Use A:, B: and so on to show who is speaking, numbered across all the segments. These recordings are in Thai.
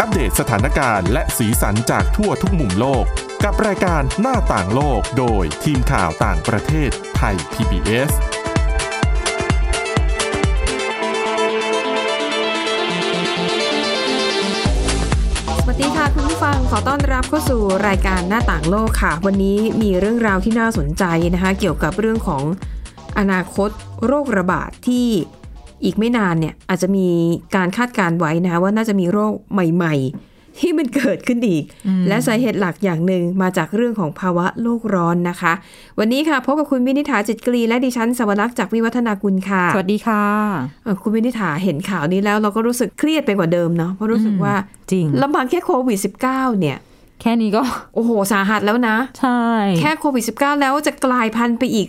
A: อัปเดตสถานการณ์และสีสันจากทั่วทุกมุมโลก กับรายการหน้าต่างโลกโดยทีมข่าวต่างประเทศไทย PBS
B: สวัสดีค่ะคุณผู้ฟังขอต้อนรับเข้าสู่รายการหน้าต่างโลกค่ะ วันนี้มีเรื่องราวที่น่าสนใจนะคะ เกี่ยวกับเรื่องของอนาคตโรคระบาดที่อีกไม่นานเนี่ยอาจจะมีการคาดการณ์ไว้นะคะว่าน่าจะมีโรคใหม่ๆ ที่มันเกิดขึ้นอีก และสาเหตุหลักอย่างหนึ่งมาจากเรื่องของภาวะโลกร้อนนะคะ วันนี้ค่ะพบกับคุณวินิษฐาจิตกรีและดิฉันสวรักษ์จากวิวัฒนากุลค่ะ
C: สวัสดีค่ะ
B: เอ่อคุณวินิษฐาเห็นข่าวนี้แล้วเราก็รู้สึกเครียดไปกว่าเดิมเนาะเพราะรู้สึก
C: อืม
B: ว่า
C: จริง
B: ลำพังแค่โควิด -19 เนี่ย
C: แค่นี้ก็
B: โอ้โห สาหัสแล้วนะ
C: ใช่
B: แค่โควิด -19 แล้วจะกลายพันธุ์ไปอีก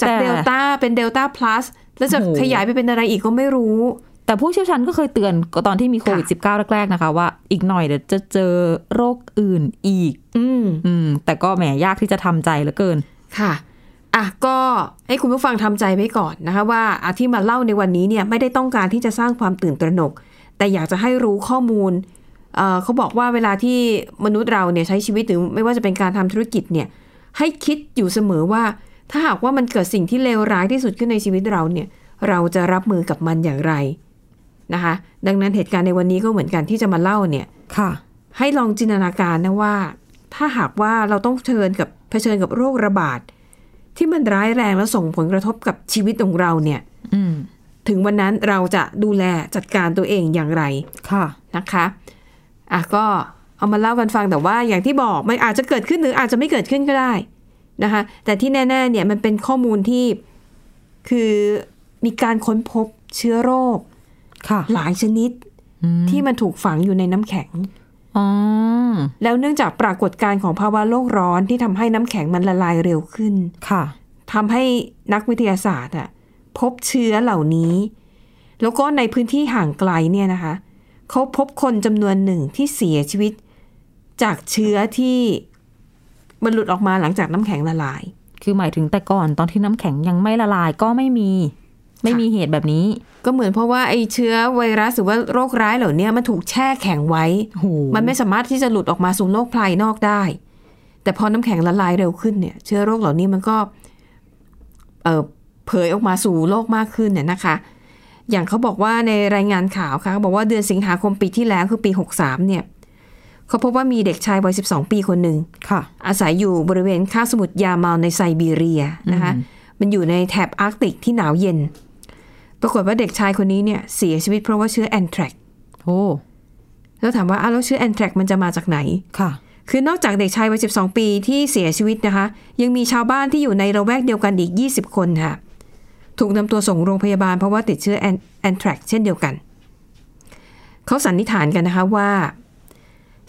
B: จาก
C: แต่
B: เดลต้าเป็นเดลต้าพลัสแล้วจะ
C: โอ้โห
B: ขยายไปเป็นอะไรอีกก็ไม่รู้
C: แต่ผู้เชี่ยวชาญก็เคยเตือนก็ตอนที่มีโควิด -19 แรกๆนะคะ ว่าอีกหน่อยเดี๋ยวจะเจอโรคอื่นอีก
B: อืม
C: อืม แต่ก็แหมยากที่จะทำใจเหลือเกิน
B: ค่ะ อ่ะ ก็ให้คุณผู้ฟังทำใจไว้ก่อนนะคะว่าอะที่มาเล่าในวันนี้เนี่ยไม่ได้ต้องการที่จะสร้างความตื่นตระหนก แต่อยากจะให้รู้ข้อมูลเอ่อเขาบอกว่าเวลาที่มนุษย์เราเนี่ยใช้ชีวิตหรือไม่ว่าจะเป็นการทำธุรกิจเนี่ยให้คิดอยู่เสมอว่า ถ้าหากว่ามันเกิดสิ่งที่เลวร้ายที่สุดขึ้นในชีวิตเราเนี่ยเราจะรับมือกับมันอย่างไรนะคะ ดังนั้นเหตุการณ์ในวันนี้ก็เหมือนกันที่จะมาเล่าเนี่ย
C: ค่ะ
B: ให้ลองจินตนาการนะว่า ถ้าหากว่าเราต้องเชิญกับเผชิญกับโรคระบาด ที่มันร้ายแรงแล้วส่งผลกระทบกับชีวิตของเราเนี่ย
C: อืม
B: ถึงวันนั้นเราจะดูแลจัดการตัวเองอย่างไร
C: ค่ะ
B: นะคะอ่ะก็เอามาเล่ากันฟังแต่ว่าอย่างที่บอกมันอาจจะเกิดขึ้นหรืออาจจะไม่เกิดขึ้นก็ได้นะคะ แต่ที่แน่ ๆ เนี่ยมันเป็นข้อมูลที่คือมีการค้นพบเชื้อโรค
C: ค่ะ
B: หลายชนิด
C: อืม
B: ที่มันถูกฝังอยู่ในน้ำแข็ง
C: อ๋อ
B: แล้วเนื่องจากปรากฏการณ์ของภาวะโลกร้อนที่ทำให้น้ำแข็งมันละลายเร็วขึ้น
C: ค่ะ
B: ทำให้นักวิทยาศาสตร์อะพบเชื้อเหล่านี้ แล้วก็ในพื้นที่ห่างไกลเนี่ยนะคะเขาพบคนจำนวนหนึ่งที่เสียชีวิต จากเชื้อที่มันหลุดออกมาหลังจากน้ำแข็งละลาย
C: คือหมายถึงแต่ก่อนตอนที่น้ำแข็งยังไม่ละลายก็ไม่มี ไม่มีเหตุแบบนี้
B: ก็เหมือนเพราะว่าไอ้เชื้อไวรัสหรือว่าโรคร้ายเหล่าเนี้ยมันถูกแช่แข็งไว้
C: โอ้โห
B: มันไม่สามารถที่จะหลุดออกมาสู่โลกภายนอกได้ แต่พอน้ำแข็งละลายเร็วขึ้นเนี่ยเชื้อโรคเหล่านี้มันก็เอ่อเผยออกมาสู่โลกมากขึ้นเนี่ยนะคะ อย่างเขาบอกว่าในรายงานข่าวค่ะเขาบอกว่าเดือนสิงหาคมปีที่แล้วคือปี 63เนี่ยเขาพบว่ามีเด็กชายวัย12 ปีคนหนึ่ง
C: ค่ะ
B: อาศัยอยู่บริเวณคาบสมุทรยามาลในไซบีเรียนะคะ มันอยู่ในแถบอาร์กติกที่หนาวเย็น ปรากฏว่าเด็กชายคนนี้เนี่ยเสียชีวิตเพราะว่าเชื้อแอนแทรก
C: โอ้
B: แล้วถามว่าอ้าวแล้วเชื้อแอนแทรกมันจะมาจากไหน
C: ค่ะ
B: คือนอกจากเด็กชายวัย 12 ปีที่เสียชีวิตนะคะ ยังมีชาวบ้านที่อยู่ในระแวกเดียวกันอีก 20 คนค่ะ ถูกนำตัวส่งโรงพยาบาลเพราะว่าติดเชื้อแอนแอนแทรกเช่นเดียวกัน เขาสันนิษฐานกันนะคะว่า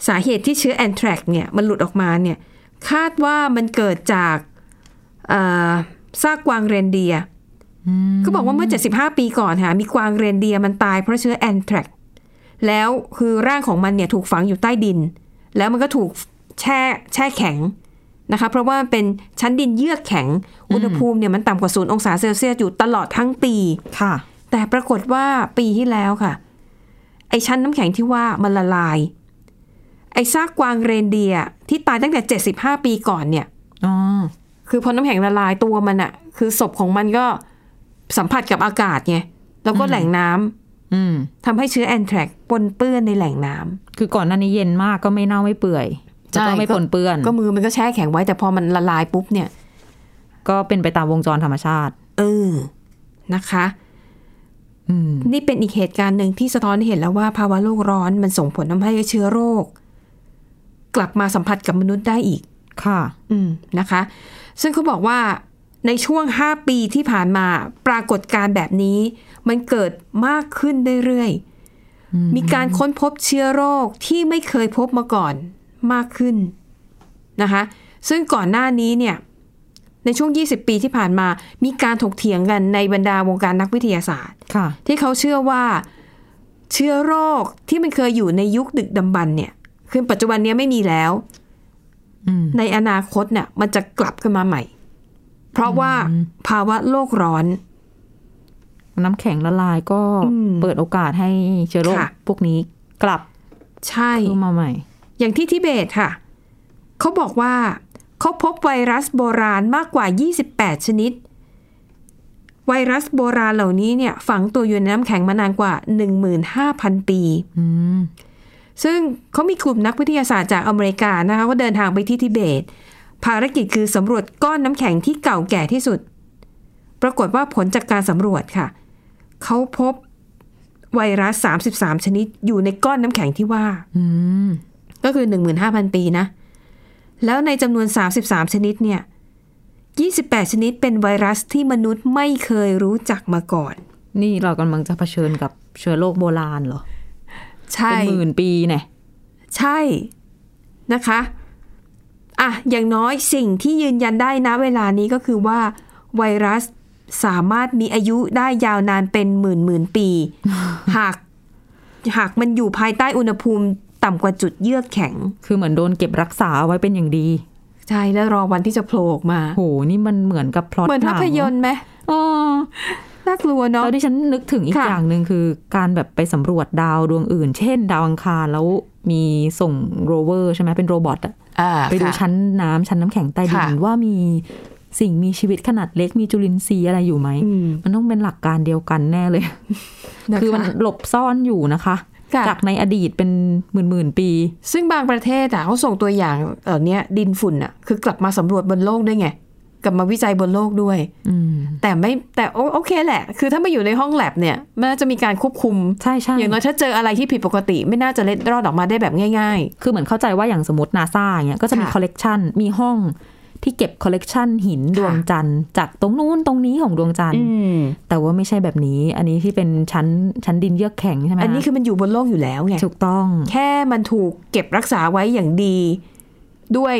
B: สาเหตุที่เชื้อแอนแทรกเนี่ยมันหลุดออกมาเนี่ยคาดว่ามันเกิดจากเอ่อซากกวางเรนเดียร์เขาบอกว่าเมื่อ 75 ปีก่อนค่ะมีกวางเรนเดียร์มันตายเพราะเชื้อแอนแทรก แล้วคือร่างของมันเนี่ยถูกฝังอยู่ใต้ดิน แล้วมันก็ถูกแช่แช่แข็งนะคะ เพราะว่ามันเป็นชั้นดินเยือกแข็ง อุณหภูมิเนี่ยมันต่ำกว่าศูนย์องศาเซลเซียสอยู่ตลอดทั้งปี
C: ค่ะ
B: แต่ปรากฏว่าปีที่แล้วค่ะ ไอชั้นน้ำแข็งที่ว่ามันละลาย ไอซากกวางเรนเดียร์ที่ตายตั้งแต่ 75 ปีก่อนเนี่ย
C: อ๋อ
B: คือพอน้ำแข็งละลายตัวมันอะคือศพของมันก็สัมผัสกับอากาศไงแล้วก็แหล่งน้ำ
C: อืม
B: ทำให้เชื้อแอนแทรกปนเปื้อนในแหล่งน้ำ
C: คือก่อนหน้านี้เย็นมากก็ไม่เน่าไม่เปื่อย
B: ใช่
C: แล้วก็ไม่ปนเปื้อน
B: ก็มือมันก็แช่แข็งไว้แต่พอมันละลายปุ๊บเนี่ย
C: ก็เป็นไปตามวงจรธรรมชาติ
B: เออนะคะ
C: อืม
B: นี่เป็นอีกเหตุการณ์หนึ่งที่สะท้อนให้เห็นแล้วว่าภาวะโลกร้อนมันส่งผลทำให้เชื้อโรค กลับมาสัมผัสกับมนุษย์ได้อีก
C: ค่ะ
B: อืมนะคะ ซึ่งเขาบอกว่าในช่วง 5 ปีที่ผ่านมาปรากฏการณ์แบบนี้ มันเกิดมากขึ้นเรื่อยๆมีการค้นพบเชื้อโรคที่ไม่เคยพบมาก่อนมากขึ้นนะคะ ซึ่งก่อนหน้านี้เนี่ยในช่วง 20 ปีที่ผ่านมา มีการถกเถียงกันในบรรดาวงการนักวิทยาศาสตร์
C: ค่ะ
B: ที่เขาเชื่อว่าเชื้อโรคที่มันเคยอยู่ในยุคดึกดำบรรพ์เนี่ย คือปัจจุบันเนี้ยไม่มีแล้ว
C: อืม
B: ในอนาคตเนี่ยมันจะกลับขึ้นมาใหม่ เพราะว่าภาวะโลกร้อน
C: น้ำแข็งละลายก็
B: อืม
C: เปิดโอกาสให้เชื้อโรค
B: ค่ะ
C: พวกนี้กลับ
B: ใช่
C: เข้ามาใหม่
B: อย่างที่ทิเบตค่ะ เขาบอกว่าเขาพบไวรัสโบราณมากกว่า 28 ชนิด ไวรัสโบราณเหล่านี้เนี่ยฝังตัวอยู่ในน้ำแข็งมานานกว่า 15,000 ปี
C: อืม
B: ซึ่งเขามีกลุ่มนักวิทยาศาสตร์จากอเมริกานะคะก็เดินทางไปที่ทิเบต ภารกิจคือสำรวจก้อนน้ำแข็งที่เก่าแก่ที่สุด ปรากฏว่าผลจากการสำรวจค่ะ เขาพบไวรัส 33 ชนิดอยู่ในก้อนน้ำแข็งที่ว่า
C: อืม
B: ก็คือ 15,000 ปีนะ แล้วในจำนวน 33 ชนิดเนี่ย 28 ชนิดเป็นไวรัสที่มนุษย์ไม่เคยรู้จักมาก่อน
C: นี่เรากำลังจะเผชิญกับเชื้อโรคโบราณเหรอ
B: ใช่
C: เป็นหมื่นปีเนี่ย
B: ใช่นะคะอ่ะอย่างน้อยสิ่งที่ยืนยันได้นะเวลานี้ก็คือว่า ไวรัสสามารถมีอายุได้ยาวนานเป็นหมื่นหมื่น ปี หากหากมันอยู่ภายใต้อุณหภูมิต่ำกว่าจุดเยือกแข็ง
C: คือเหมือนโดนเก็บรักษาไว้เป็นอย่างดี
B: ใช่แล้วรอวันที่จะโผล่ออกมา
C: โห นี่มันเหมือนกับพล็อต
B: เหมือนภาพยนตร์ไหม
C: อ๋อ
B: น่ากลัว
C: แล้
B: เนาะ
C: วที่ฉันนึกถึงอีก
B: ค่ะ
C: อย่างหนึ่งคือ การแบบไปสำรวจดาวดวงอื่น เช่น ดาวอังคารแล้วมีส่งโรเวอร์ใช่ไหมเป็นโรบอทอะไปดูชั้นน้ำชั้นน้ำแข็งใต้ดิน
B: ค่ะ
C: ว่ามีสิ่งมีชีวิตขนาดเล็กมีจุลินทรีย์อะไรอยู่ไหม
B: อืม
C: มันต้องเป็นหลักการเดียวกันแน่เลย
B: ะะ
C: คือมันหลบซ่อนอยู่นะคะ
B: ค่ะ
C: จากในอดีตเป็นหมื่นหมื่นๆปี
B: ซึ่งบางประเทศอ่ะเขาส่งตัวอย่างเหล่าเนี้ยดินฝุ่นอ่ะคือกลับมาสำรวจบนโลกด้วยไง กลับมาวิจัยบนโลกด้วย
C: อืม
B: แต่ไม่แต่โอโอเคแหละ คือถ้ามาอยู่ในห้องแลบเนี่ยมันน่าจะมีการควบคุม
C: ใช่ใช่
B: อย่างน้อยถ้าเจออะไรที่ผิดปกติ ไม่น่าจะเล็ดรอดออกมาได้แบบง่าย
C: คือเหมือนเข้าใจว่าอย่างสมมตินาซาอย่างเงี้ยก็จะมี
B: ค่ะ
C: คอลเลกชันมีห้องที่เก็บคอลเลกชันหิน
B: ค่ะ
C: ดวงจันทร์จากตรงนู้นตรงนี้ของดวงจั
B: ๆ
C: นทร์ แต่ว่าไม่ใช่แบบนี้ อันนี้ที่เป็นชั้นชั้นดินเยือกแข็งใช่ไหม
B: อันนี้คือมันอยู่บนโลกอยู่แล้วไง
C: ถูกต้อง
B: แค่มันถูกเก็บรักษาไว้อย่างดี ด้วย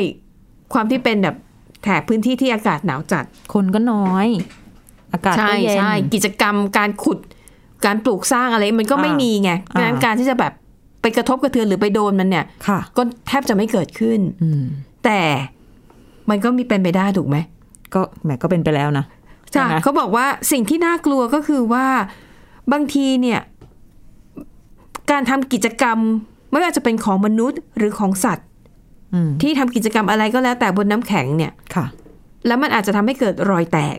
B: ความที่เป็นแบบแถบพื้นที่ที่อากาศหนาวจัด
C: คนก็น้อย อากาศ
B: ใช่
C: ก็เย็น
B: ใช่กิจกรรมการขุดการปลูกสร้างอะไรมันก็ไม่
C: อ่ามี
B: มีไง
C: อ่า
B: ดังนั้นการที่จะแบบไปกระทบกระเทือนหรือไปโดนมันเนี่ย
C: ค่ะ
B: ก็แทบจะไม่เกิดขึ้น
C: อืม
B: แต่มันก็มีเป็นไปได้ถูกไหม
C: ก็แหมก็เป็นไปแล้วนะ ใช่
B: จ้ะ
C: ไหม
B: เขาบอกว่าสิ่งที่น่ากลัวก็คือว่าบางทีเนี่ย การทำกิจกรรม ไม่ว่าจะเป็นของมนุษย์หรือของสัตว์
C: อืม
B: ที่ทำกิจกรรมอะไรก็แล้วแต่บนน้ำแข็งเนี่ย
C: ค่ะ
B: แล้วมันอาจจะทำให้เกิดรอยแตก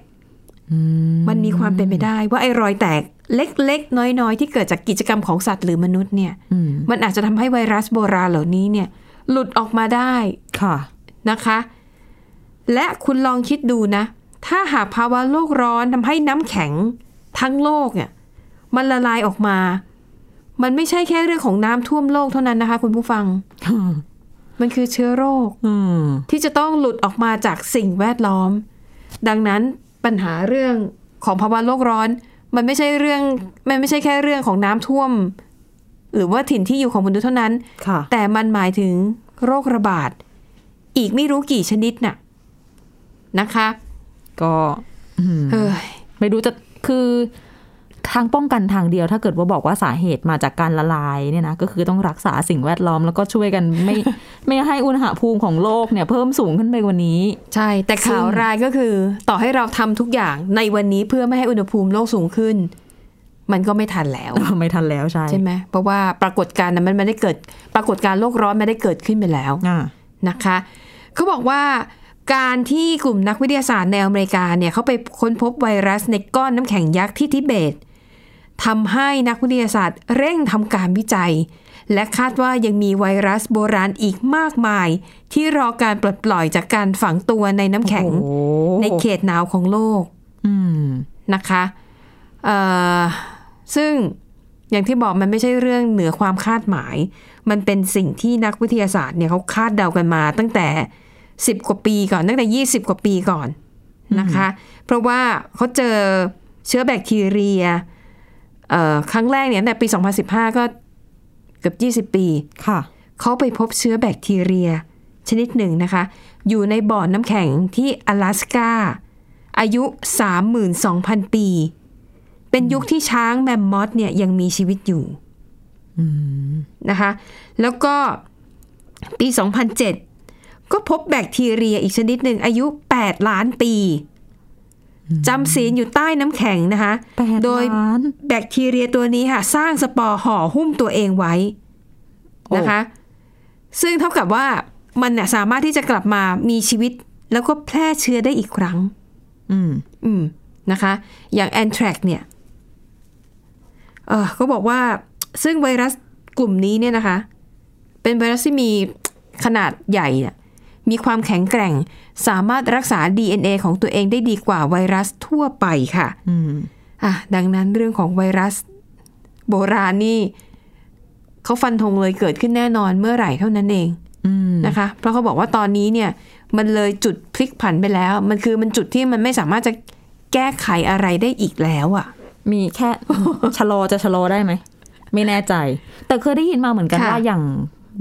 C: อืม
B: มันมีความเป็นไปได้ว่าไอ้รอยแตกเล็ก ๆ น้อย ๆ ที่เกิดจากกิจกรรมของสัตว์หรือมนุษย์เนี่ย
C: อืม
B: มันอาจจะทำให้ไวรัสโบราณเหล่านี้เนี่ย หลุดออกมาได้
C: ค่ะ
B: นะคะ และคุณลองคิดดูนะ ถ้าหากภาวะโลกร้อนทำให้น้ำแข็งทั้งโลกเนี่ยมันละลายออกมา มันไม่ใช่แค่เรื่องของน้ำท่วมโลกเท่านั้นนะคะ คุณผู้ฟัง มันคือเชื้อโรค
C: อืม
B: ที่จะต้องหลุดออกมาจากสิ่งแวดล้อม ดังนั้นปัญหาเรื่องของภาวะโลกร้อน มันไม่ใช่เรื่องมันไม่ใช่แค่เรื่องของน้ำท่วม หรือว่าถิ่นที่อยู่ของมนุษย์เท่านั้น
C: ค่ะ
B: แต่มันหมายถึงโรคระบาด อีกไม่รู้กี่ชนิดน่ะนะคะ
C: ก็อืม
B: เฮ้ย
C: ไม่รู้จะคือทางป้องกันทางเดียว ถ้าเกิดว่าบอกว่าสาเหตุมาจากการละลายเนี่ยนะก็คือต้องรักษาสิ่งแวดล้อมแล้วก็ช่วยกันไม่ ไม่ให้อุณหภูมิของโลกเนี่ยเพิ่มสูงขึ้นไปกว่านี้
B: ใช่ แต่ข่าว
C: ซึ่ง
B: ร้ายก็คือ ต่อให้เราทำทุกอย่างในวันนี้เพื่อไม่ให้อุณหภูมิโลกสูงขึ้น มันก็ไม่ทันแล้ว
C: ไม่ทันแล้วใช่
B: ใช่ไหมเพราะว่าปรากฏการณ์นั้นมันไม่ได้เกิด ปรากฏการณ์โลกร้อนไม่ได้เกิดขึ้นไปแล้ว
C: อ่า
B: นะคะเขาบอกว่าการที่กลุ่มนักวิทยาศาสตร์ในอเมริกาเนี่ยเขาไปค้นพบไวรัสในก้อนน้ำแข็งยักษ์ที่ทิเบตทำให้นักวิทยาศาสตร์เร่งทำการวิจัย และคาดว่ายังมีไวรัสโบราณอีกมากมาย ที่รอการปลดปล่อยจากการฝังตัวในน้ำแข็ง
C: โอ้โห
B: ในเขตหนาวของโลก
C: อืม
B: นะคะเอ่อซึ่งอย่างที่บอกมันไม่ใช่เรื่องเหนือความคาดหมาย มันเป็นสิ่งที่นักวิทยาศาสตร์เนี่ยเขาคาดเดากันมาตั้งแต่ 10 กว่าปีก่อน ตั้งแต่ 20 กว่าปีก่อนนะคะ เพราะว่าเขาเจอเชื้อแบคทีเรียเอ่อครั้งแรกเนี่ยตั้งแต่ปี 2015 ก็เกือบ 20 ปี
C: ค่ะ
B: เขาไปพบเชื้อแบคทีเรีย ชนิดหนึ่งนะคะ อยู่ในบ่อน้ำแข็งที่阿拉斯ก้า อายุ 32,000 ปี เป็นยุคที่ช้างแมมมอธเนี่ยยังมีชีวิตอยู่นะคะ แล้วก็ปี 2007 ก็พบแบคทีเรียอีกชนิดหนึ่งอายุ 8 ล้านปีจำศีลอยู่ใต้น้ำแข็งนะคะ
C: แปด
B: โดย
C: ล้าน
B: แบคทีเรียตัวนี้ค่ะ สร้างสปอร์ห่อหุ้มตัวเองไว้ นะคะ ซึ่งเท่ากับว่ามันเนี่ยสามารถที่จะกลับมามีชีวิต แล้วก็แพร่เชื้อได้อีกครั้ง
C: อืม
B: อืมนะคะ อย่างแอนแทรกเนี่ยเออก็บอกว่าซึ่งไวรัสกลุ่มนี้เนี่ยนะคะ เป็นไวรัสที่มีขนาดใหญ่เนี่ยมีความแข็งแกร่ง สามารถรักษา DNA ของตัวเองได้ดีกว่าไวรัสทั่วไปค่ะ
C: อืม
B: อ่ะดังนั้นเรื่องของไวรัส โบราณนี่เขาฟันธงเลยเกิดขึ้นแน่นอนเมื่อไหร่เท่านั้นเอง
C: อืม
B: นะคะ เพราะเขาบอกว่าตอนนี้เนี่ยมันเลยจุดพลิกผันไปแล้ว มันคือมันจุดที่มันไม่สามารถจะแก้ไขอะไรได้อีกแล้วอะ่ะ
C: มีแค่ ชะลอจะชะลอได้ไหม ไม่แน่ใจ แต่เคยได้ยินมาเหมือนกัน
B: ค่ะ
C: ว่าอย่าง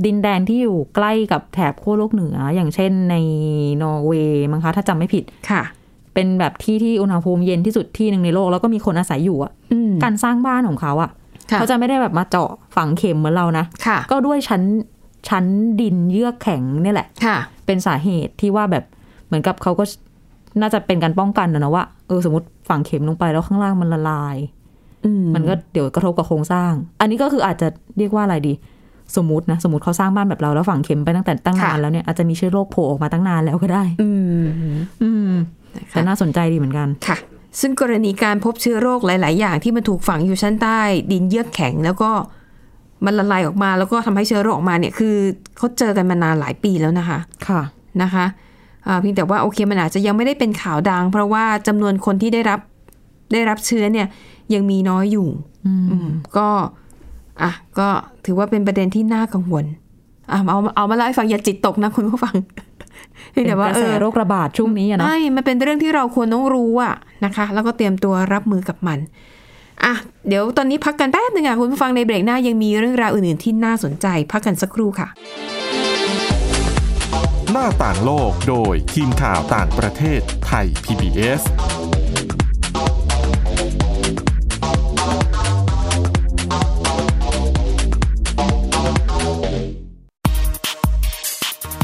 C: ดินแดนที่อยู่ใกล้กับแถบขั้วโลกเหนือ อย่างเช่นในนอร์เวย์มั้งคะถ้าจำไม่ผิด
B: ค่ะ
C: เป็นแบบที่ที่อุณหภูมิเย็นที่สุดที่หนึ่งในโลกแล้วก็มีคนอาศัยอยู่อะ
B: อืม
C: การสร้างบ้านของเขาอะ
B: ค่ะ
C: เขาจะไม่ได้แบบมาเจาะฝังเข็มเหมือนเรานะ
B: ค่ะ
C: ก็ด้วยชั้นชั้นดินเยือกแข็งเนี่ยแหละ
B: ค่ะ
C: เป็นสาเหตุที่ว่าแบบเหมือนกับเขาก็น่าจะเป็นการป้องกันนะนะว่าเออสมมติฝังเข็มลงไปแล้วข้างล่างมันละลาย
B: อืม
C: มันก็เดี๋ยวกระทบกับโครงสร้าง อันนี้ก็คืออาจจะเรียกว่าอะไรดี สมมตินะ สมมติเขาสร้างบ้านแบบเราแล้วฝังเข็มไปตั้งแต่ตั้งนานแล้วเนี่ยอาจจะมีเชื้อโรคโผล่ออกมาตั้งนานแล้วก็ได้
B: อืม
C: อืมแต่น่าสนใจดีเหมือนกัน
B: ค่ะ ซึ่งกรณีการพบเชื้อโรคหลาย ๆ อย่างที่มันถูกฝังอยู่ชั้นใต้ ดินเยือกแข็ง แล้วก็มันละลายออกมา แล้วก็ทำให้เชื้อโรคออกมาเนี่ยคือเขาเจอกันมานานหลายปีแล้วนะคะ
C: ค่ะ
B: นะคะอ่าเพียงแต่ว่าโอเคมันอาจจะยังไม่ได้เป็นข่าวดัง เพราะว่าจำนวนคนที่ได้รับได้รับเชื้อเนี่ยยังมีน้อยอยู่
C: อืม
B: อืมก็อ่ะก็ถือว่าเป็นประเด็นที่น่ากังวลอ่ะเอาเอามาเล่าให้ฟังอย่าจิตตกนะคุณผู้ฟัง เพี
C: เป็
B: ยง
C: น
B: แต่ว่าก
C: ระ
B: เอ
C: แส
B: อ
C: โรคระบาดช่วงนี้อะเนาะ
B: ใช่ มันเป็นเรื่องที่เราควรต้องรู้อะนะคะ แล้วก็เตรียมตัวรับมือกับมัน อ่ะ เดี๋ยวตอนนี้พักกันแป๊บหนึ่งค่ะคุณผู้ฟังในเบรกหน้ายังมีเรื่องราวอื่นๆที่น่าสนใจ พักกันสักครู่ค่ะ
A: หน้าต่างโลกโดยทีมข่าวต่างประเทศไทย PBS
D: เพ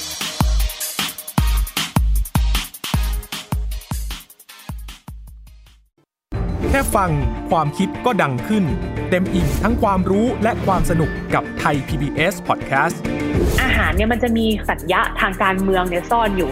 E: แค่ฟังความคิดก็ดังขึ้น เต็มอิ่งทั้งความรู้และความสนุกกับไทย PBS Podcast
F: อาหารเนี่ยมันจะมีสัญญะทางการเมืองเนี่ยซ่อนอยู่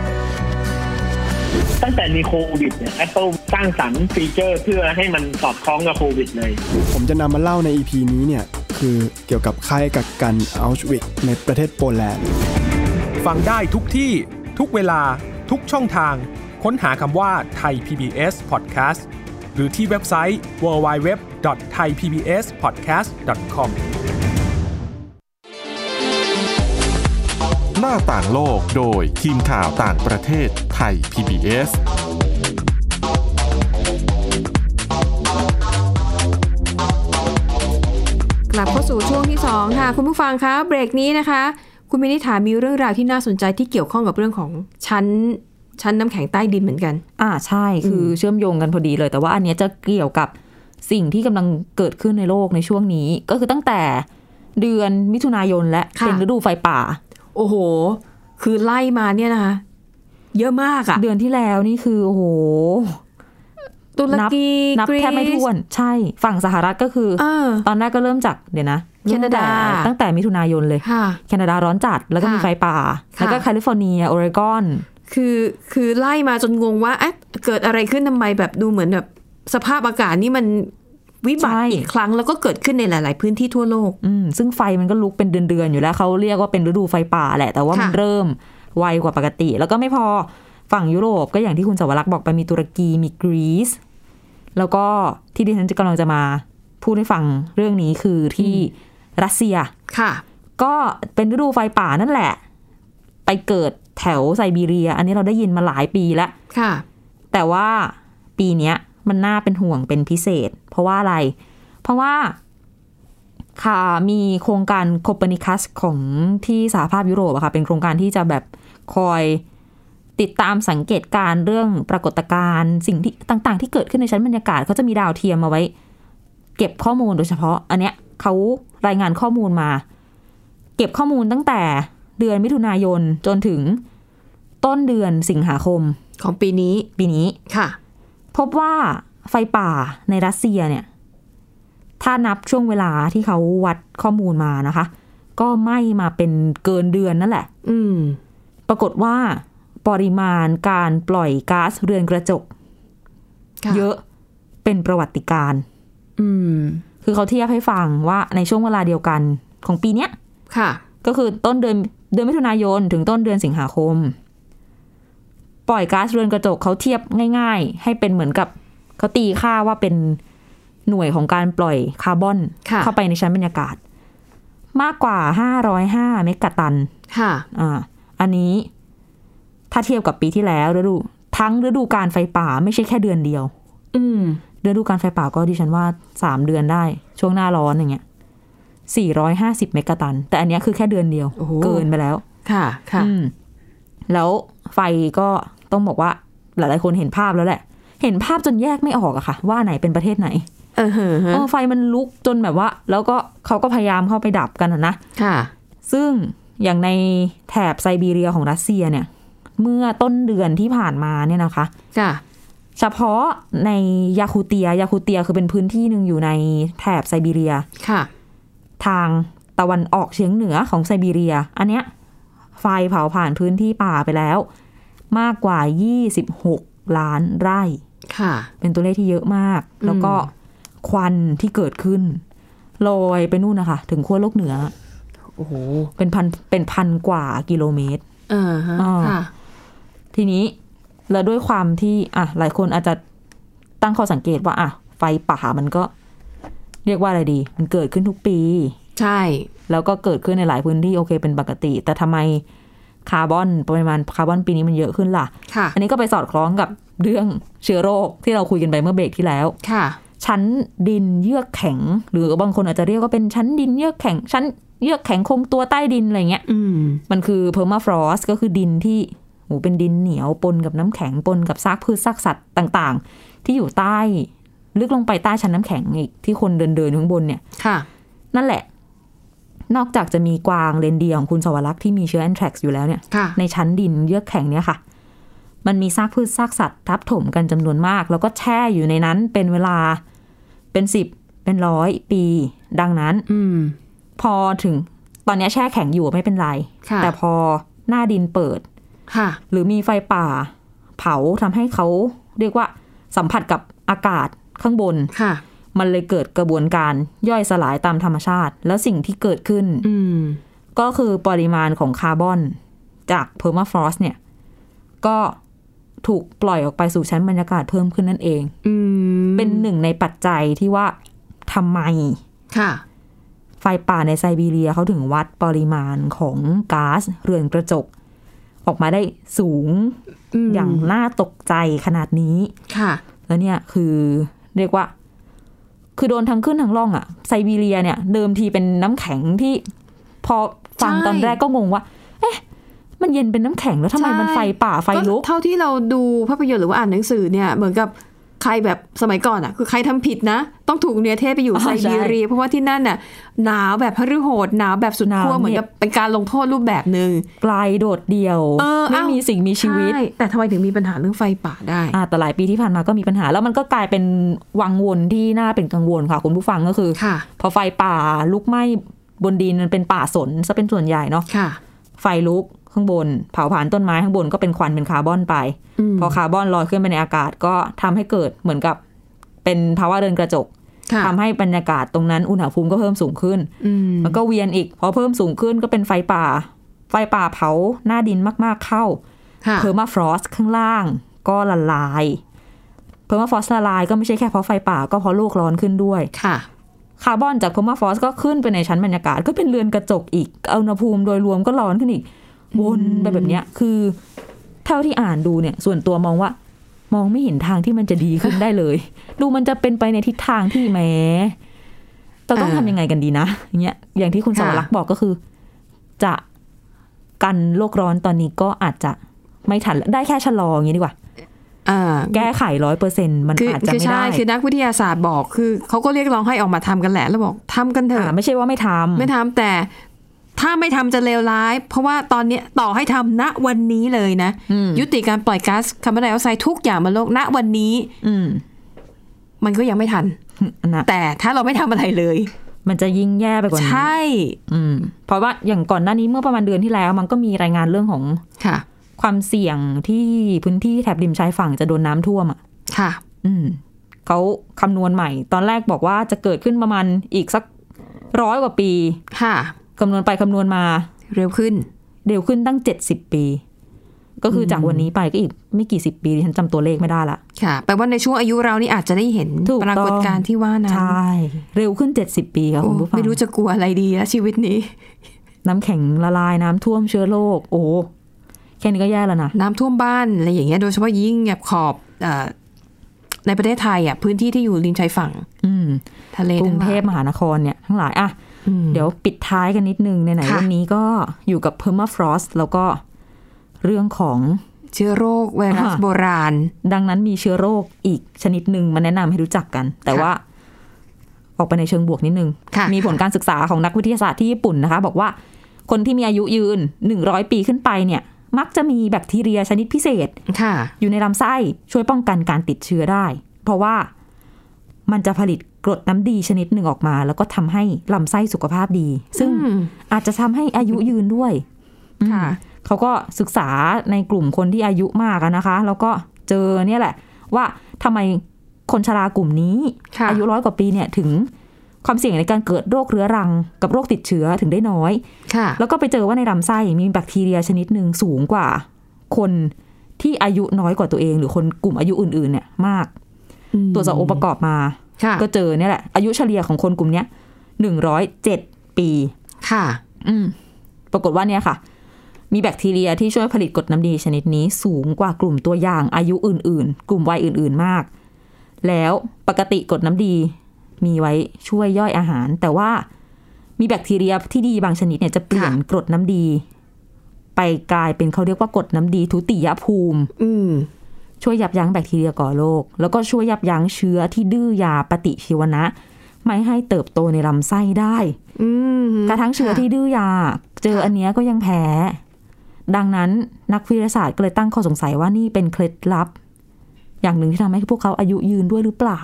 G: ตั้งแต่มีโควิดเนี่ย Apple สร้างสรรค์ฟีเจอร์เพื่อให้มันสอดคล้องกับโควิดเลย
H: ผมจะนำมาเล่าใน EP นี้เนี่ย คือเกี่ยวกับค่ายกักกันอัลชวิกในประเทศโปแลนด์
E: ฟังได้ทุกที่ ทุกเวลา ทุกช่องทาง ค้นหาคำว่าไทย PBS Podcast หรือที่เว็บไซต์ www.thaipbspodcast.com
A: หน้าต่างโลกโดยทีมข่าวต่างประเทศไทย PBS
B: กลับเข้าสู่ช่วงที่ 2 ค่ะ คุณผู้ฟังคะเบรกนี้นะคะ คุณมินิถามีเรื่องราวที่น่าสนใจที่เกี่ยวข้องกับเรื่องของชั้นชั้นน้ำแข็งใต้ดินเหมือนกัน
C: อ่าใช่คือเชื่อมโยงกันพอดีเลย แต่ว่าอันเนี้ยจะเกี่ยวกับสิ่งที่กำลังเกิดขึ้นในโลกในช่วงนี้ ก็คือตั้งแต่เดือนมิถุนายนและ
B: ค่ะ
C: เป็นฤดูไฟป่า
B: โอ้โห คือไล่มาเนี่ยนะคะ เยอะมากอะ
C: เดือนที่แล้วนี่คือโอ้โห
B: ตุร
C: นับ
B: กี
C: นับ
B: กรีซ
C: แทบไม่ถ้วน ใช่ ฝั่งสหรัฐก็คือ
B: เออ
C: ตอนแรกก็เริ่มจากเดี๋ยวนะ
B: แคนาดา
C: เริ่มแต่ตั้งแต่มิถุนายนเลย
B: ค่ะ
C: แคนาดาร้อนจัดแล้วก็มี
B: ค่ะ
C: ไฟป่า
B: ค่ะ
C: แล้วก็แคลิฟอร์เนีย โอเรกอน
B: คือคือไล่มาจนงงว่าเอ๊ะเกิดอะไรขึ้นทำไมแบบดูเหมือนแบบสภาพอากาศนี่มันวิบัติ
C: ใช่
B: อีกครั้งแล้วก็เกิดขึ้นในหลาย ๆ พื้นที่ทั่วโลก
C: อืมซึ่งไฟมันก็ลุกเป็นเดือนๆอยู่แล้วเขาเรียกว่าเป็นฤดูไฟป่าแหละ แต่ว่า
B: ค่ะ
C: มันเริ่มไวกว่าปกติ แล้วก็ไม่พอฝั่งยุโรปก็อย่างที่คุณสวรักษ์บอกไปมีตุรกีมีกรีซ แล้วก็ที่ดิฉันจะกำลังจะมาพูดให้ฟังเรื่องนี้คือที่รัสเซีย
B: ค่ะ
C: ก็เป็นฤดูไฟป่านั่นแหละ ไปเกิดแถวไซบีเรีย อันนี้เราได้ยินมาหลายปีแล้ว
B: ค่ะ
C: แต่ว่าปีเนี้ยมันน่าเป็นห่วงเป็นพิเศษ เพราะว่าอะไร เพราะว่าค่ะมีโครงการโคเปนิคัสของที่สหภาพยุโรปอะค่ะ เป็นโครงการที่จะแบบคอยติดตามสังเกตการณ์เรื่องปรากฏการณ์สิ่งที่ต่าง ๆ ที่เกิดขึ้นในชั้นบรรยากาศเขาจะมีดาวเทียมมาไว้ เก็บข้อมูลโดยเฉพาะ อันเนี้ยเขารายงานข้อมูลมา เก็บข้อมูลตั้งแต่เดือนมิถุนายนจนถึงต้นเดือนสิงหาคม
B: ของปีนี้
C: ปีนี้
B: ค่ะ
C: พบว่าไฟป่าในรัสเซียเนี่ย ถ้านับช่วงเวลาที่เขาวัดข้อมูลมานะคะ ก็ไหม้มาเป็นเกินเดือนนั่นแหละ
B: อืม
C: ปรากฏว่าปริมาณการปล่อยก๊าซเรือนกระจก
B: ค่ะ
C: เยอะเป็นประวัติการณ์
B: อืม
C: คือเขาเทียบให้ฟังว่าในช่วงเวลาเดียวกันของปีเนี้ย
B: ค่ะ
C: ก็คือต้นเดือนเดือนมิถุนายนถึงต้นเดือนสิงหาคม ปล่อยก๊าซเรือนกระจกเขาเทียบง่าย ๆ ให้เป็นเหมือนกับเขาตีค่าว่าเป็นหน่วยของการปล่อยคาร์บอน
B: ค่ะ
C: เข้าไปในชั้นบรรยากาศ มากกว่า 505 เมกะตัน
B: ค่ะ
C: อ่า อันนี้ถ้าเทียบกับปีที่แล้วฤดูทั้งฤดูการไฟป่าไม่ใช่แค่เดือนเดียว
B: อืม
C: ฤดูการไฟป่าก็ดิฉันว่า 3 เดือนได้ ช่วงหน้าร้อนอย่างเงี้ย 450 เมกะตัน แต่อันเนี้ยคือแค่เดือนเดียว
B: โอ้โห
C: เกินไปแล้ว
B: ค่ะ ค่ะ
C: อืมแล้วไฟก็ต้องบอกว่าหลาย ๆ คนเห็นภาพแล้วแหละ เห็นภาพจนแยกไม่ออกอะค่ะ ว่าไหนเป็นประเทศไหน
B: เออเหอะ
C: เออไฟมันลุกจนแบบว่า แล้วก็เขาก็พยายามเข้าไปดับกันอะนะ
B: ค่ะ
C: ซึ่งอย่างในแถบไซบีเรียของรัสเซียเนี่ย เมื่อต้นเดือนที่ผ่านมาเนี่ยนะคะ
B: ค่ะ
C: เฉพาะในยาคูเตีย ยาคูเตียคือเป็นพื้นที่หนึ่งอยู่ในแถบไซบีเรีย
B: ค่ะ
C: ทางตะวันออกเฉียงเหนือของไซบีเรีย อันเนี้ยไฟเผาผ่านพื้นที่ป่าไปแล้ว มากกว่า 26 ล้านไร่
B: ค่ะ
C: เป็นตัวเลขที่เยอะมาก แล้วก็ควันที่เกิดขึ้นลอยไปนู่นนะคะ ถึงขั้วโลกเหนือ
B: โอ้โห
C: เป็นพันเป็นพันกว่ากิโลเมตร
B: เออฮะ
C: อ่า
B: ค่ะ
C: ทีนี้แล้วด้วยความที่อ่ะหลายคนอาจจะตั้งข้อสังเกตว่าอ่ะไฟป่ามันก็ เรียกว่าอะไรดี มันเกิดขึ้นทุกปี
B: ใช่
C: แล้วก็เกิดขึ้นในหลายพื้นที่โอเคเป็นปกติ แต่ทำไมคาร์บอนปริมาณคาร์บอนปีนี้มันเยอะขึ้นล่ะ
B: ค่ะ
C: อันนี้ก็ไปสอดคล้องกับเรื่องเชื้อโรคที่เราคุยกันไปเมื่อเบรกที่แล้ว
B: ค่ะ
C: ชั้นดินเยือกแข็ง หรือบางคนอาจจะเรียกว่าเป็นชั้นดินเยือกแข็ง ชั้นเยือกแข็งคงตัวใต้ดินอะไรเงี้ย
B: อืม
C: มันคือเพอร์มาฟรอสก็คือดินที่โหเป็นดินเหนียวปนกับน้ำแข็งปนกับซากพืชซากสัตว์ต่างๆ ที่อยู่ใต้ ลึกลงไปใต้ชั้นน้ำแข็งอีกที่คนเดินเดินๆอยู่ข้างบนเนี่ย
B: ค่ะ
C: นั่นแหละ นอกจากจะมีกวางเลนเดียของคุณสวรักษ์ที่มีเชื้อแอนแทรกซ์อยู่แล้วเนี่ย
B: ค่ะ
C: ในชั้นดินเยือกแข็งเนี่ยค่ะ มันมีซากพืชซากสัตว์ทับถมกันจำนวนมาก แล้วก็แช่อยู่ในนั้นเป็นเวลาเป็นสิบเป็นร้อยปี ดังนั้น
B: อืม
C: พอถึงตอนเนี้ยแช่แข็งอยู่ไม่เป็นไร
B: ค่ะ
C: แต่พอหน้าดินเปิด
B: ค่ะ
C: หรือมีไฟป่า เผาทำให้เขาเรียกว่าสัมผัสกับอากาศข้างบน
B: ค่ะ
C: มันเลยเกิดกระบวนการย่อยสลายตามธรรมชาติ แล้วสิ่งที่เกิดขึ้น
B: อืม
C: ก็คือปริมาณของคาร์บอน จากเพอร์มาฟรอสเนี่ย ก็ถูกปล่อยออกไปสู่ชั้นบรรยากาศเพิ่มขึ้นนั่นเอง
B: อืม
C: เป็นหนึ่งในปัจจัยที่ว่าทำไม
B: ค่ะ
C: ไฟป่าในไซบีเรียเขาถึงวัดปริมาณของก๊าซเรือนกระจก ออกมาได้สูง
B: อืม
C: อย่างน่าตกใจขนาดนี้
B: ค่ะ
C: แล้วเนี่ยคือเรียกว่า คือโดนทั้งขึ้นทั้งล่องอะไซบีเรียเนี่ย เดิมทีเป็นน้ำแข็งที่พอฟัง
B: ใช่
C: ตอนแรกก็งงว่า เอ๊ะ มันเย็นเป็นน้ำแข็งแล้วทำไมมันไฟป่าไฟลุก
B: เท่าที่เราดูภาพยนตร์หรือว่าอ่านหนังสือเนี่ย เหมือนกับใครแบบสมัยก่อนอ่ะ คือใครทำผิดนะ ต้องถูกเนรเทศไปอยู่
C: อ๋อ
B: ไซ
C: ใช่
B: บีเรีย เพราะว่าที่นั่นน่ะหนาวแบบพฤโหดหนาวแบบสุด
C: หนาว
B: ขั้วเหมือน
C: เหน็บ
B: กับเป็นการลงโทษรูปแบบหนึ่ง
C: ไกลโดดเดี่ยว
B: เออ
C: ไม่
B: เอ้า
C: มีสิ่งมีชีวิต
B: ใแต่ทำไมถึงมีปัญหาเรื่องไฟป่าได้
C: อ่าแต่หลายปีที่ผ่านมาก็มีปัญหา แล้วมันก็กลายเป็นวังวนที่น่าเป็นกังวลค่ะ คุณผู้ฟังก็คือ
B: ค่ะ
C: พอไฟป่าลุกไหม้บนดินมันเป็นป่าสนซะเป็นส่วนใหญ่เนาะ
B: ค่ะ
C: ไฟลุกข้างบน เผาผลาญต้นไม้ข้างบนก็เป็นควันเป็นคาร์บอนไป
B: อืม
C: พอคาร์บอนลอยขึ้นไปในอากาศก็ทำให้เกิดเหมือนกับเป็นภาวะเดินกระจก
B: ค่ะ
C: ทำให้บรรยากาศตรงนั้นอุณหภูมิก็เพิ่มสูงขึ้น
B: อืม
C: มันก็เวียนอีก พอเพิ่มสูงขึ้นก็เป็นไฟป่า ไฟป่าเผาหน้าดินมากๆเข้า
B: ค่ะ
C: เพอร์มาฟรอสข้างล่าง ก็ละลาย เพราะว่าฟอสละลายก็ไม่ใช่แค่เพราะไฟป่าก็เพราะโลกร้อนขึ้นด้วย
B: ค่ะ
C: คาร์บอนจากเพอร์มาฟอสก็ขึ้นไปในชั้นบรรยากาศ ก็เป็นเรือนกระจกอีกอุณหภูมิโดยรวมก็ร้อนขึ้นอีก วนไปแบบเนี้ยคือเท่าที่อ่านดูเนี่ย ส่วนตัวมองว่า มองไม่เห็นทางที่มันจะดีขึ้นได้เลย ดูมันจะเป็นไปในทิศทางที่แหมเราต้อง
B: อ่า
C: ทำยังไงกันดีนะอย่างเงี้ยอย่างที่คุณส
B: ค่ะ
C: วรักษ์บอกก็คือ จะกันโลกร้อนตอนนี้ก็อาจจะไม่ทันแล้วได้แค่ชะลออย่างงี้ดีกว่า
B: อ่า
C: แก้ไขร้อยเปอร์เซ็นมัน
B: คือ
C: อาจจะ
B: คือ
C: ไม่
B: ใช่
C: ได้
B: คือนักวิทยาศาสตร์บอกคือเขาก็เรียกร้องให้ออกมาทำกันแหละ แล้วบอกทำกันเถ
C: อ่า
B: อะ
C: ไม่ใช่ว่าไม่ทำ
B: ไม่ทำแต่ถ้าไม่ทำจะเลวร้าย เพราะว่าตอนเนี้ยต่อให้ทำณวันนี้เลยนะ
C: อืม
B: ยุติการปล่อยก๊าซคาร์บอนไดออกไซด์ทุกอย่างบนโลกณวันนี้
C: อืม
B: มันก็ยังไม่ทัน
C: นะ
B: แต่ถ้าเราไม่ทำอะไรเลย
C: มันจะยิ่งแย่ไปกว่านี้
B: ใช่
C: อืมเพราะว่าอย่างก่อนหน้านี้เมื่อประมาณเดือนที่แล้ว มันก็มีรายงานเรื่องของ
B: ค่ะ
C: ความเสี่ยงที่พื้นที่แถบริมชายฝั่งจะโดนน้ำท่วมอ่ะ
B: ค่ะ
C: อืมเขาคำนวณใหม่ ตอนแรกบอกว่าจะเกิดขึ้นประมาณอีกสักร้อยกว่าปี
B: ค่ะ
C: คำนวณไปคำนวณมา
B: เร็วขึ้น
C: เร็วขึ้นตั้งเจ็ดสิบปี ก็คือจากวันนี้ไปก็อีกไม่กี่สิบปีดิฉันจำตัวเลขไม่ได้ละ
B: ค่ะ แปลว่าในช่วงอายุเรานี่อาจจะได้เห็น
C: ถูก
B: ปรากฏ
C: ต้อง
B: การณ์ที่ว่านั้น
C: ใช่ เร็วขึ้นเจ็ดสิบปีค่ะ
B: โอ้
C: คุณผู้ฟัง
B: ไม่รู้จะกลัวอะไรดีแล้วชีวิตนี้
C: น้ำแข็งละลายน้ำท่วมเชื้อโรคโอ้แค่นี้ก็แย่แล้วนะ
B: น้ำท่วมบ้านอะไรอย่างเงี้ยโดยเฉพาะยิ่งแบบขอบเออในประเทศไทยอ่ะพื้นที่ที่อยู่ริมชายฝั่ง
C: อืม
B: ทะเล
C: กรุงเทพ
B: ทั้ห
C: ม
B: ลาย
C: หานครเนี่ยทั้งหลายอ่ะ
B: อืม
C: เดี๋ยวปิดท้ายกันนิดนึงในไหนๆ
B: ค่ะ
C: วันนี้ก็อยู่กับ permafrost แล้วก็เรื่องของ
B: เชื้อโรคไวรัส
C: อ่า
B: โบราณ
C: ดังนั้นมีเชื้อโรคอีกชนิดหนึ่งมาแนะนำให้รู้จักกัน แต่
B: ค่ะ
C: ว่าออกไปในเชิงบวกนิดนึง
B: ค่ะ
C: มีผลการศึกษาของนักวิทยาศาสตร์ที่ญี่ปุ่นนะคะ บอกว่าคนที่มีอายุยืน 100 ปีขึ้นไปเนี่ย มักจะมีแบคทีเรียชนิดพิเศษ
B: ค่ะ
C: อยู่ในลำไส้ช่วยป้องกันการติดเชื้อได้ เพราะว่ามันจะผลิตกรดน้ำดีชนิดหนึ่งออกมา แล้วก็ทำให้ลำไส้สุขภาพดี ซึ่ง
B: อืม
C: อาจจะทำให้อายุยืนด้วยอืม
B: ค่ะ
C: เขาก็ศึกษาในกลุ่มคนที่อายุมากอะนะคะ แล้วก็เจอเนี่ยแหละ ว่าทำไมคนชรากลุ่มนี้
B: ค่ะ
C: อายุร้อยกว่าปีเนี่ยถึงความเสี่ยงในการเกิดโรคเรื้อรัง กับโรคติดเชื้อถึงได้น้อย
B: ค่ะ
C: แล้วก็ไปเจอว่าในลำไส้มีแบคทีเรียชนิดหนึ่งสูงกว่า คนที่อายุน้อยกว่าตัวเอง หรือคนกลุ่มอายุอื่นๆเนี่ยมาก ตัวจสอบองค์ประกอบมา
B: ค่ะ
C: ก็เจอเนี่ยแหละ อายุเฉลี่ยของคนกลุ่มเนี้ยหนึ่งร้อยเจ็ดปี
B: ค่ะ
C: อืมปรากฏว่าเนี่ยค่ะ มีแบคทีเรียที่ช่วยผลิตกรดน้ำดีชนิดนี้สูงกว่ากลุ่มตัวอย่างอายุอื่นๆ กลุ่มวัยอื่นๆมาก แล้วปกติกรดน้ำดีมีไว้ช่วยย่อยอาหาร แต่ว่ามีแบคทีเรียที่ดีบางชนิดเนี่ยจะเปลี่ยน
B: ค่ะ
C: กรดน้ำดี ไปกลายเป็นเขาเรียกว่ากรดน้ำดีทุติยภูมิ
B: อืม
C: ช่วยยับยั้งแบคทีเรียก่อโรคแล้วก็ช่วยยับยั้งเชื้อที่ดื้อยาปฏิชีวนะ ไม่ให้เติบโตในลำไส้ได้
B: อืม
C: กระทั่งเชื้อที่ดื้อยา เจออันเนี้ยก็ยังแพ้ ดังนั้นนักวิทยาศาสตร์ก็เลยตั้งข้อสงสัยว่านี่เป็นเคล็ดลับ อย่างหนึ่งที่ทำให้พวกเขาอายุยืนด้วยหรือเปล่า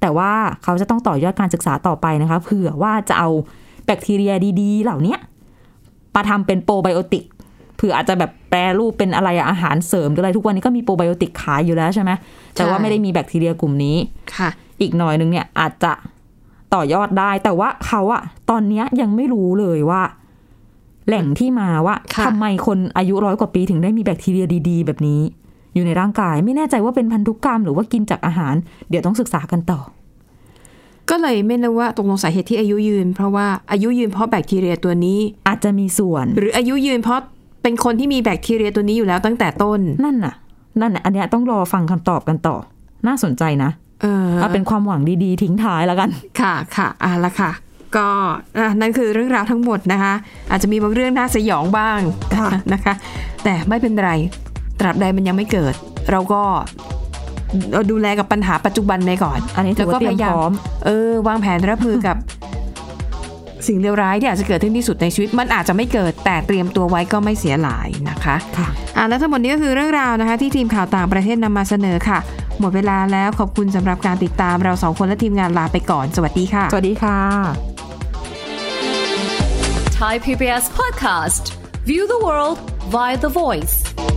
C: แต่ว่าเขาจะต้องต่อยอดการศึกษาต่อไปนะคะเผื่อว่าจะเอาแบคทีเรียดีๆ เหล่าเนี้ยมาทำเป็นโปรไบโอติกเผื่ออาจจะแบบแปรรูปเป็นอะไรอะอาหารเสริมหรืออะไรทุกวันนี้ก็มีโปรไบโอติกขายอยู่แล้วใช่ไหมแต่ว่า
B: ใช่
C: ไม่ได้มีแบคทีเรียกลุ่มนี้
B: ค่ะ
C: อีกหน่อยนึงเนี่ยอาจจะต่อยอดได้ แต่ว่าเขาอะตอนเนี้ยยังไม่รู้เลยว่า แหล่งที่มาว่า
B: ค่ะ
C: ทำไมคนอายุร้อยกว่าปีถึงได้มีแบคทีเรียดีๆ แบบนี้ อยู่ในร่างกายไม่แน่ใจว่าเป็นพันธุกรรมหรือว่ากินจากอาหาร เดี๋ยวต้องศึกษากันต่อ
B: ก็เลยไม่รู้ว่าตกลงสาเหตุที่อายุยืน เพราะว่าอายุยืนเพราะแบคทีเรียตัวนี้
C: อาจจะมีส่วน
B: หรืออายุยืนเพราะเป็นคนที่มีแบคทีเรียตัวนี้อยู่แล้วตั้งแต่ต้น
C: นั่นน่ะ นั่นน่ะอันเนี้ยต้องรอฟังคำตอบกันต่อ น่าสนใจนะ
B: เออ
C: เอาเป็นความหวังดีๆ ทิ้งท้ายแล้วกัน
B: ค่ะค่ะเอ่ะละค่ะ ก็อ่ะนั่นคือเรื่องราวทั้งหมดนะคะ อาจจะมีบางเรื่องน่าสยองบ้าง
E: ค่ะ
B: นะคะ แต่ไม่เป็นไร ตราบใดมันยังไม่เกิด เราก็เราดูแลกับปัญหาปัจจุบันไปก่อน
C: อันนี้ถือว่าเตรียมพร้อม
B: เออ วางแผนรับมือกับ สิ่งเลวร้ายที่อาจจะเกิดขึ้นที่สุดในชีวิต มันอาจจะไม่เกิด แต่เตรียมตัวไว้ก็ไม่เสียหลายนะคะ
C: ค่ะ
B: อ่ะและทั้งหมดนี้ก็คือเรื่องราวนะคะ ที่ทีมข่าวต่างประเทศนำมาเสนอค่ะ หมดเวลาแล้วขอบคุณสำหรับการติดตามเราสองคนและทีมงานลาไปก่อน สวัสดีค่ะ
C: สวัสดีค่ะ
I: Thai PBS podcast. View the world via the voice.